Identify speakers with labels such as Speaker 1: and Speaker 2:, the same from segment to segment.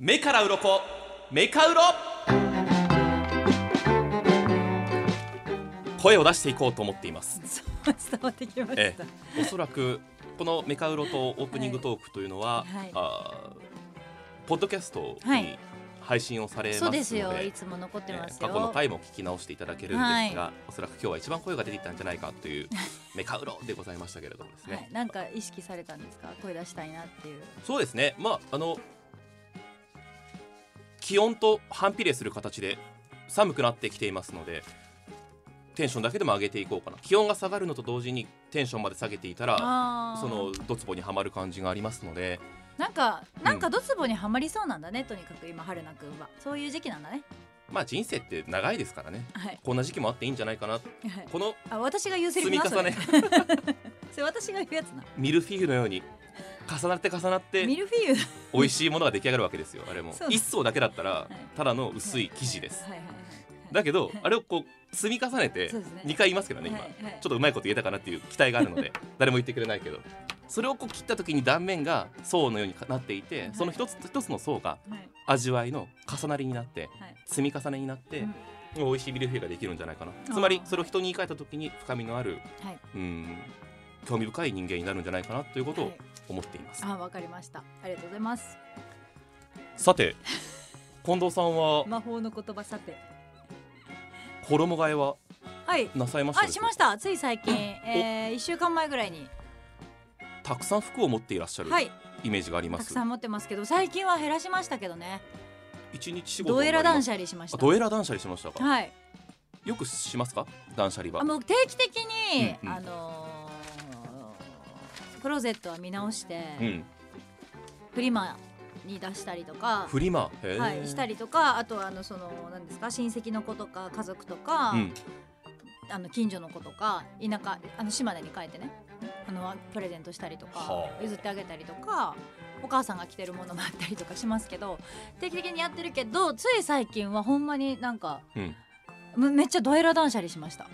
Speaker 1: 目から鱗メカウロ声を出していこうと思っています。
Speaker 2: そう伝わってきました。
Speaker 1: ええ、おそらくこのメカウロとオープニングトークというのは、
Speaker 2: はい
Speaker 1: あーポッドキャスト
Speaker 2: は
Speaker 1: に
Speaker 2: い
Speaker 1: 配信をされます
Speaker 2: そう
Speaker 1: ので,ええ、
Speaker 2: ですよ。いつも残ってます
Speaker 1: 過
Speaker 2: よ。
Speaker 1: 去の回も聞き直していただけるんですが、おそらく今日は一番声が出ていたんじゃないかというメカウロでございましたけれどもですね、
Speaker 2: はい、なんか意識されたんですか。声出したいなっていう。
Speaker 1: そうですねまああの気温と反比例する形で寒くなってきていますのでテンションだけでも上げていこうかな気温が下がるのと同時にテンションまで下げていたら
Speaker 2: あー
Speaker 1: そのドツボにはまる感じがありますので
Speaker 2: なんかなんかドツボにはまりそうなんだね。とにかく今春菜くんはそういう時期なんだね。
Speaker 1: まあ人生って長いですからね
Speaker 2: はい。
Speaker 1: こんな時期もあっていいんじゃないかな
Speaker 2: はい
Speaker 1: この
Speaker 2: あ私が言うセリ
Speaker 1: 積
Speaker 2: フ
Speaker 1: み
Speaker 2: な
Speaker 1: 重
Speaker 2: それ
Speaker 1: ね。
Speaker 2: それ私が言うやつな。
Speaker 1: ミルフィーユのように重なって重なって
Speaker 2: ミルフィーユ。はい
Speaker 1: 美味しいものが出来上がるわけですよあれも
Speaker 2: そう
Speaker 1: 一層だけだったら
Speaker 2: い
Speaker 1: ただの薄い生地です
Speaker 2: はいはいはい。
Speaker 1: だけど
Speaker 2: はい
Speaker 1: あれをこう積み重ねて
Speaker 2: そうですね
Speaker 1: 2回言いますけどね今
Speaker 2: は
Speaker 1: ち
Speaker 2: いはい
Speaker 1: ょっとうまいこと言えたかなっていう期待があるの で誰も言ってくれないけどそれをこう切った時に断面が層のようになっていてその一つ一つの層が
Speaker 2: はい
Speaker 1: 味わいの重なりになって
Speaker 2: はい。
Speaker 1: 積み重ねになって、
Speaker 2: うん
Speaker 1: 美味しいミルフィーユができるんじゃないかな
Speaker 2: ー
Speaker 1: つまりそれを人に言い換えた時に深みのある
Speaker 2: はい。
Speaker 1: うん興味深い人間になるんじゃないかなということ
Speaker 2: は
Speaker 1: を
Speaker 2: い
Speaker 1: 思っています、
Speaker 2: あわかりました。ありがとうございます。
Speaker 1: さ て近藤さんは
Speaker 2: 魔法の言葉さて。
Speaker 1: 衣替えは
Speaker 2: はい。
Speaker 1: なさいました
Speaker 2: あ
Speaker 1: でし
Speaker 2: し
Speaker 1: ょう
Speaker 2: ま
Speaker 1: か
Speaker 2: した。つい最近、えー、一週間前ぐらいに。
Speaker 1: たくさん服を持っていらっしゃる
Speaker 2: はい。
Speaker 1: イメージがありま
Speaker 2: たく
Speaker 1: す
Speaker 2: さん持ってますけど最近は減らしましたけどね
Speaker 1: 一日仕事
Speaker 2: ドエラ断
Speaker 1: 捨
Speaker 2: 捨離しました
Speaker 1: ドエラ断捨離しましたか
Speaker 2: はい
Speaker 1: よくしますか断捨離は
Speaker 2: あもう定期的に、
Speaker 1: うんうん
Speaker 2: あのークローゼットは見直して、
Speaker 1: うん
Speaker 2: フリマに出したりとか
Speaker 1: フリマへー
Speaker 2: はい、したりとかあとはあのその何ですか親戚の子とか家族とか、
Speaker 1: うん
Speaker 2: あの近所の子とか田舎あの島根に帰ってねあのプレゼントしたりとか
Speaker 1: はあ
Speaker 2: 譲ってあげたりとかお母さんが着てるものもあったりとかしますけど定期的にやってるけどつい最近はほんまになんか
Speaker 1: うん
Speaker 2: むめっちゃドエラ断捨離しました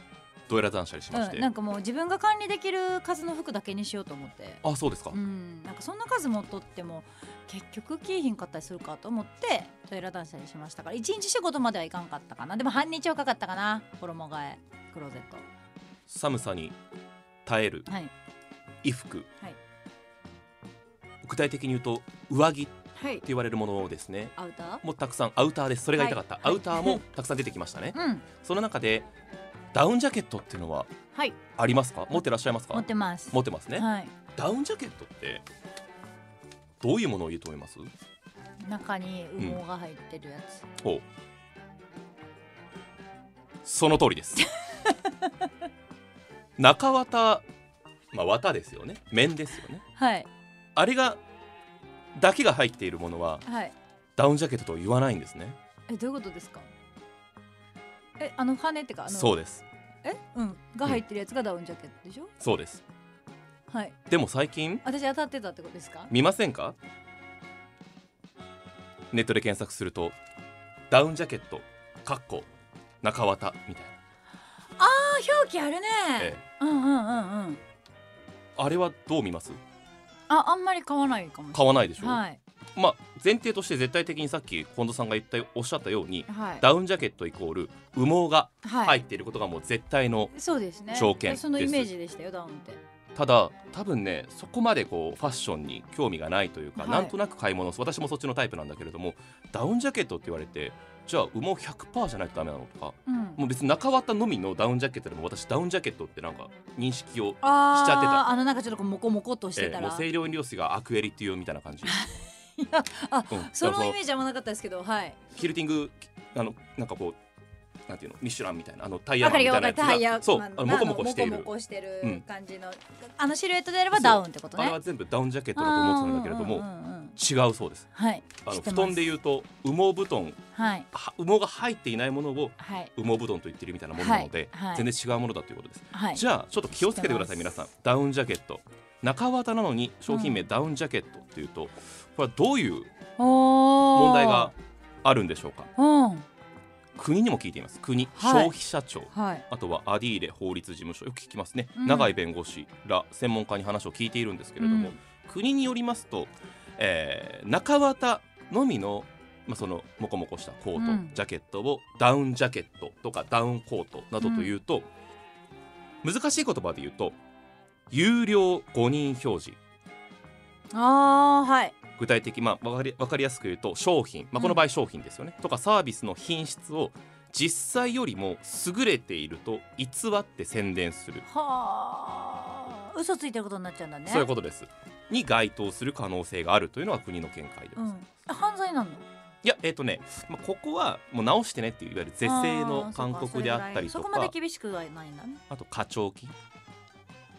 Speaker 1: ドエラ断捨離しまして、
Speaker 2: うん、なんかもう自分が管理できる数の服だけにしようと思って。
Speaker 1: あそうですか、
Speaker 2: うん、なんかそんな数持っとっても結局着いひんかったりするかと思ってトイレ断捨離しましたから一日仕事まではいかんかったかなでも半日はかかったかな衣替えクローゼット
Speaker 1: 寒さに耐える
Speaker 2: はい
Speaker 1: 衣服、
Speaker 2: はい
Speaker 1: 具体的に言うと上着って
Speaker 2: はい
Speaker 1: 言われるものですね
Speaker 2: アウター
Speaker 1: もうたくさんアウターですそれが痛かった、
Speaker 2: はいはい
Speaker 1: アウターもたくさん出てきましたね
Speaker 2: うん
Speaker 1: その中でダウンジャケットっていうのは
Speaker 2: はい
Speaker 1: ありますか持ってらっしゃいますか
Speaker 2: 持ってます
Speaker 1: 持ってますね、
Speaker 2: はい
Speaker 1: ダウンジャケットってどういうものを言うと思います
Speaker 2: 中に羽毛が入ってるやつ、
Speaker 1: ほうその通りです 中綿まあ綿ですよね綿ですよね
Speaker 2: はい
Speaker 1: あれがだけが入っているものは
Speaker 2: はい
Speaker 1: ダウンジャケットとは言わないんですね
Speaker 2: えどういうことですかえあの羽ってかあの
Speaker 1: そう
Speaker 2: う
Speaker 1: です
Speaker 2: えうんが入ってるやつがダウンジャケットでしょ、
Speaker 1: そうです
Speaker 2: はい
Speaker 1: でも最近
Speaker 2: 私当たってたってことですか
Speaker 1: 見ませんかネットで検索するとダウンジャケットかっこ中綿みたいな、
Speaker 2: あ表記あるね、
Speaker 1: え
Speaker 2: うんうんうんうん
Speaker 1: えあれはどう見ます
Speaker 2: ああんまり買わないかもし
Speaker 1: 買わないでし
Speaker 2: れ
Speaker 1: ょ、
Speaker 2: ないはい
Speaker 1: まあ前提として絶対的にさっき近藤さんが言ったおっしゃったように
Speaker 2: はい
Speaker 1: ダウンジャケットイコール羽毛が
Speaker 2: はい、
Speaker 1: 入っていることがもう絶対の、
Speaker 2: そうですね
Speaker 1: 条件
Speaker 2: その
Speaker 1: で
Speaker 2: イ
Speaker 1: す
Speaker 2: メージでしたよダウンって
Speaker 1: ただ多分ねそこまでこうファッションに興味がないというか、
Speaker 2: はい
Speaker 1: なんとなく買い物を私もそっちのタイプなんだけれどもダウンジャケットって言われてじゃあ羽毛100%じゃないとダメなのとか
Speaker 2: うん
Speaker 1: もう別に中綿のみのダウンジャケットでも私ダウンジャケットってなんか認識を
Speaker 2: あー
Speaker 1: しちゃってた
Speaker 2: あのなんかちょっとこうモコモコっとして
Speaker 1: え
Speaker 2: た
Speaker 1: ーも
Speaker 2: ら
Speaker 1: う、清涼飲料水がアクエリっていうみたいな感じ、
Speaker 2: いやあ
Speaker 1: うん、
Speaker 2: そ
Speaker 1: だから
Speaker 2: のイメージはあんまなかったですけどはい
Speaker 1: ヒルティングあのなんかこうなんていうのミシュランみたいなあのタイヤマンみた
Speaker 2: わ
Speaker 1: いなやつ
Speaker 2: タイヤ
Speaker 1: がそう
Speaker 2: ま
Speaker 1: あのモコモコしてい
Speaker 2: あの
Speaker 1: る
Speaker 2: モコモコして
Speaker 1: う
Speaker 2: る
Speaker 1: ん
Speaker 2: 感じの、あのシルエットであれば
Speaker 1: そう
Speaker 2: ダウンってこと
Speaker 1: あれ
Speaker 2: ね
Speaker 1: は全部ダウンジャケットだと思ってたんだけれど
Speaker 2: うん
Speaker 1: も
Speaker 2: うんうんうん
Speaker 1: 違うそうです
Speaker 2: はい
Speaker 1: あ
Speaker 2: 知
Speaker 1: の
Speaker 2: っ
Speaker 1: 布
Speaker 2: てます
Speaker 1: 団でいうと羽毛布団
Speaker 2: はい
Speaker 1: は羽毛が入っていないものを
Speaker 2: はい
Speaker 1: 羽毛布団と言ってるみたいなものなので、
Speaker 2: はいはい
Speaker 1: 全然違うものだということです、
Speaker 2: はい
Speaker 1: じゃあちょっと気をつけてください
Speaker 2: 知って
Speaker 1: 皆
Speaker 2: ます
Speaker 1: さんダウンジャケット中綿なのに商品名
Speaker 2: う
Speaker 1: ダウンジャケットっていうと、これはどういう
Speaker 2: おー
Speaker 1: 問題があるんでしょうか
Speaker 2: うん
Speaker 1: 国にも聞いています国、
Speaker 2: はい
Speaker 1: 消費者庁
Speaker 2: はい
Speaker 1: あとはアディーレ法律事務所よく聞きますね、
Speaker 2: うん
Speaker 1: 永井弁護士ら専門家に話を聞いているんですけれども、
Speaker 2: うん
Speaker 1: 国によりますと、えー中綿のみの,、まあそのモコモコしたコート、
Speaker 2: うん
Speaker 1: ジャケットをダウンジャケットとかダウンコートなどというと、難しい言葉で言うと有料5人表示
Speaker 2: あーはい
Speaker 1: 具体的まあわかりわかりやすく言うと商品、まあ、この場合商品ですよね、とかサービスの品質を実際よりも優れていると偽って宣伝する、
Speaker 2: はあ嘘ついてることになっちゃうんだね
Speaker 1: そういうことですに該当する可能性があるというのが国の見解でございます。
Speaker 2: ん、犯罪なんだ
Speaker 1: いやえっ、とね、まあ、ここはもう直してねっていういわゆる是正の勧告であったりと
Speaker 2: そ
Speaker 1: か
Speaker 2: こまで厳しくはないんだね
Speaker 1: あと課徴金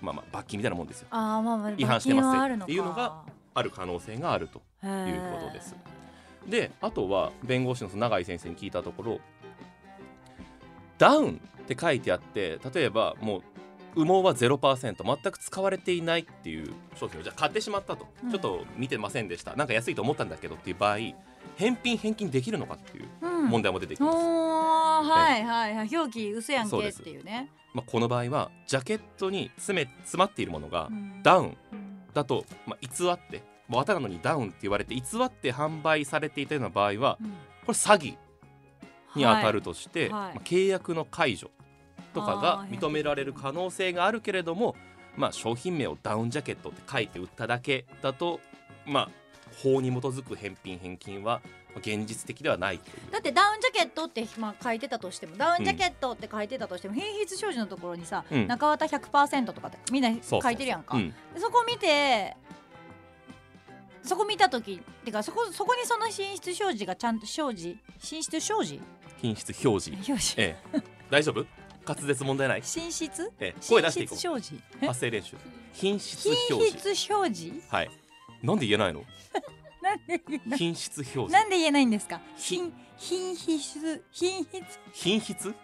Speaker 1: まあまあ罰金みたいなもんですよ
Speaker 2: あーまあまあ
Speaker 1: 違反してます
Speaker 2: 罰金はあるのか
Speaker 1: っていうのがある可能性があると
Speaker 2: へー
Speaker 1: いうことですであとは弁護士のその永井先生に聞いたところダウンって書いてあって例えばもう羽毛は0%全く使われていないっていう商品をじゃあ買ってしまったと、
Speaker 2: うん
Speaker 1: ちょっと見てませんでしたなんか安いと思ったんだけどっていう場合返品返金できるのかっていう
Speaker 2: うん
Speaker 1: 問題も出てきます、
Speaker 2: おーはいはいはい表記嘘やん
Speaker 1: そう
Speaker 2: け
Speaker 1: で
Speaker 2: っ
Speaker 1: す
Speaker 2: ていうね
Speaker 1: まあ、この場合はジャケットに詰め詰まっているものが
Speaker 2: うん
Speaker 1: ダウンだと、まあ、偽ってもう綿なのにダウンって言われて偽って販売されていたような場合は
Speaker 2: うん
Speaker 1: これ詐欺に当た
Speaker 2: はい
Speaker 1: るとして、
Speaker 2: はいはい
Speaker 1: まあ契約の解除とか
Speaker 2: あ
Speaker 1: が
Speaker 2: ー
Speaker 1: 認められる可能性があるけれども、まあ、商品名をダウンジャケットって書いて売っただけだと、まあ、法に基づく返品返金はまあ現実的ではないという
Speaker 2: だってダウンジャケットって、まあ、書いてたとしてもダウンジャケットって書いてたとしても、品質表示のところにさ、
Speaker 1: うん
Speaker 2: 中綿100%とかってみんな
Speaker 1: そうそうそう
Speaker 2: 書いてるやんか
Speaker 1: う
Speaker 2: そ
Speaker 1: ん
Speaker 2: こ見てそこ見た時ってかそこそこにその品質表示がちゃんと表示品質表示
Speaker 1: 品質表示、
Speaker 2: 表示
Speaker 1: ええ、大丈夫滑舌問題ない、
Speaker 2: 品質
Speaker 1: ええ、声
Speaker 2: 品
Speaker 1: 出していこ
Speaker 2: 質
Speaker 1: う
Speaker 2: 表示え
Speaker 1: 発声練習品質
Speaker 2: 品
Speaker 1: 表示
Speaker 2: 質表示
Speaker 1: はいなんで言えないの
Speaker 2: なんで言えない
Speaker 1: 品質表示
Speaker 2: なんで言えないんですか
Speaker 1: ひ
Speaker 2: 品品質品質品
Speaker 1: 品質
Speaker 2: 質品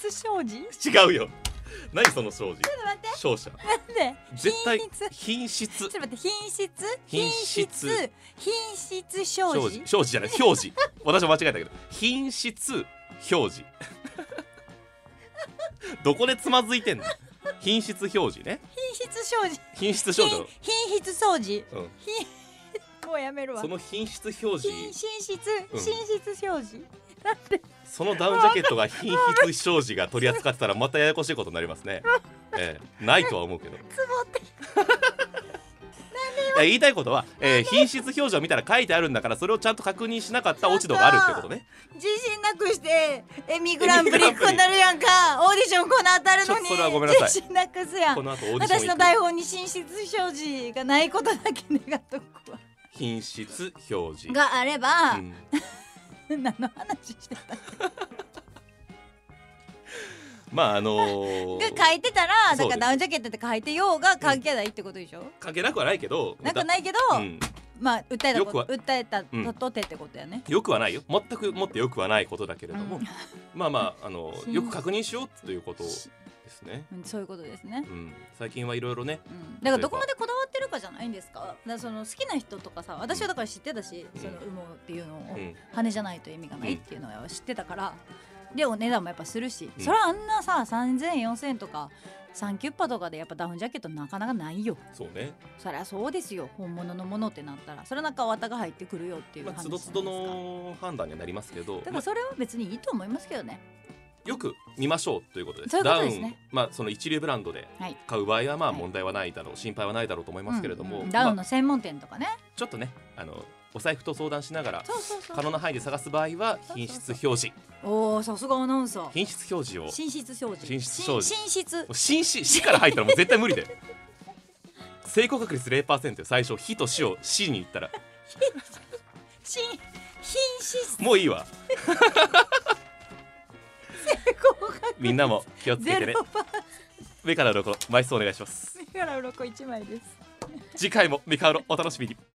Speaker 2: 質表示
Speaker 1: 違うよ何その障子
Speaker 2: 待って
Speaker 1: 勝者
Speaker 2: で
Speaker 1: 絶対
Speaker 2: 品質
Speaker 1: 品質
Speaker 2: ちょっと待って品質
Speaker 1: 品
Speaker 2: 品
Speaker 1: 質
Speaker 2: 質品質表
Speaker 1: 障
Speaker 2: 示
Speaker 1: 子障子じゃない表 示私も間違えたけど品質表示 どこでつまずいてんの品質表示ね
Speaker 2: 品質表示
Speaker 1: 品質表
Speaker 2: 品
Speaker 1: 示
Speaker 2: 品質掃除
Speaker 1: うん
Speaker 2: もうやめるわ
Speaker 1: その品質表
Speaker 2: 品品
Speaker 1: 示
Speaker 2: 質
Speaker 1: うん
Speaker 2: 品質表示
Speaker 1: そのダウンジャケットが品質表示が取り扱ってたらまたややこしいことになります ね、ええ、ないとは思うけど
Speaker 2: つぼって
Speaker 1: いや言いたいことは、えー品質表示を見たら書いてあるんだからそれをちゃんと確認しなかった落ち度があるってことね
Speaker 2: 自信なくしてエミグランプリこうなるやんかオーディションこの当たるのに
Speaker 1: ちょそれはごめんなさい
Speaker 2: 自信なくすや
Speaker 1: こ
Speaker 2: ん
Speaker 1: の後オーディション
Speaker 2: 私
Speaker 1: 行
Speaker 2: の
Speaker 1: く
Speaker 2: 台本に品質表示がないことだけ願っとくわ
Speaker 1: 品質表示
Speaker 2: があれば、
Speaker 1: うん
Speaker 2: 何の話してた
Speaker 1: まああのー、
Speaker 2: が書いてたら
Speaker 1: そ
Speaker 2: だ
Speaker 1: うで
Speaker 2: か
Speaker 1: す
Speaker 2: らダウンジャケットって書いてようが関係ないってことでしょ、
Speaker 1: 書けなくはないけど
Speaker 2: なんか
Speaker 1: だ
Speaker 2: ないけど、
Speaker 1: うん、
Speaker 2: まあ訴えた
Speaker 1: よく
Speaker 2: こ
Speaker 1: は
Speaker 2: と訴えた
Speaker 1: うん
Speaker 2: ととてってことやね。
Speaker 1: よくはないよ全くもってよくはないことだけれども、
Speaker 2: うん
Speaker 1: まあまあ、あのー
Speaker 2: 品
Speaker 1: よく確認しようということですね、
Speaker 2: うんそういうことですね。
Speaker 1: うん、最近はいろいろね
Speaker 2: うん、だからどこまでこだわってるかじゃないんですか。だからその好きな人とかさ、私はだから知ってたし、
Speaker 1: うん
Speaker 2: その羽毛っていうのを、
Speaker 1: うん
Speaker 2: 羽じゃないと意味がないっていうのは知ってたから、でお値段もやっぱするし、
Speaker 1: うん
Speaker 2: それはあんなさ三千四千とか三キュッパとかでやっぱダウンジャケットなかなかないよ。
Speaker 1: そうね
Speaker 2: そりゃそうですよ。本物のものってなったら、それはなんか綿が入ってくるよっていう
Speaker 1: ま
Speaker 2: 話
Speaker 1: あ
Speaker 2: じ
Speaker 1: つ
Speaker 2: ゃない
Speaker 1: ど
Speaker 2: です
Speaker 1: つ
Speaker 2: か。
Speaker 1: どの判断にはなりますけど
Speaker 2: だか
Speaker 1: まあ
Speaker 2: らそれは別にいいと思いますけどね。
Speaker 1: よく見ましょうということです
Speaker 2: そういうことですね
Speaker 1: ダウン、まあ、その一流ブランドで
Speaker 2: はい
Speaker 1: 買う場合はまあ
Speaker 2: はい
Speaker 1: 問題はないだろう、心配はないだろうと思いますけれども、
Speaker 2: うんうんダウン
Speaker 1: ま
Speaker 2: の専門店とかね。
Speaker 1: あ、ちょっとねあのお財布と相談しながら
Speaker 2: そうそうそう。
Speaker 1: 可能な範囲で探す場合は
Speaker 2: そう
Speaker 1: 品質表示
Speaker 2: おおさすがアナウンサー
Speaker 1: 品質表示を
Speaker 2: 寝室表示
Speaker 1: 寝室表示
Speaker 2: 寝室
Speaker 1: もう紳士死から入ったらもう絶対無理だよ成功確率0%よ最初「火」と「死」を「死」に言ったら
Speaker 2: し品質
Speaker 1: もういいわ
Speaker 2: 合格
Speaker 1: みんなも気をつけ
Speaker 2: ゼ
Speaker 1: てね
Speaker 2: ロパー
Speaker 1: 目から鱗枚数お願いします
Speaker 2: 目から鱗一枚です
Speaker 1: 次回もメカウロお楽しみに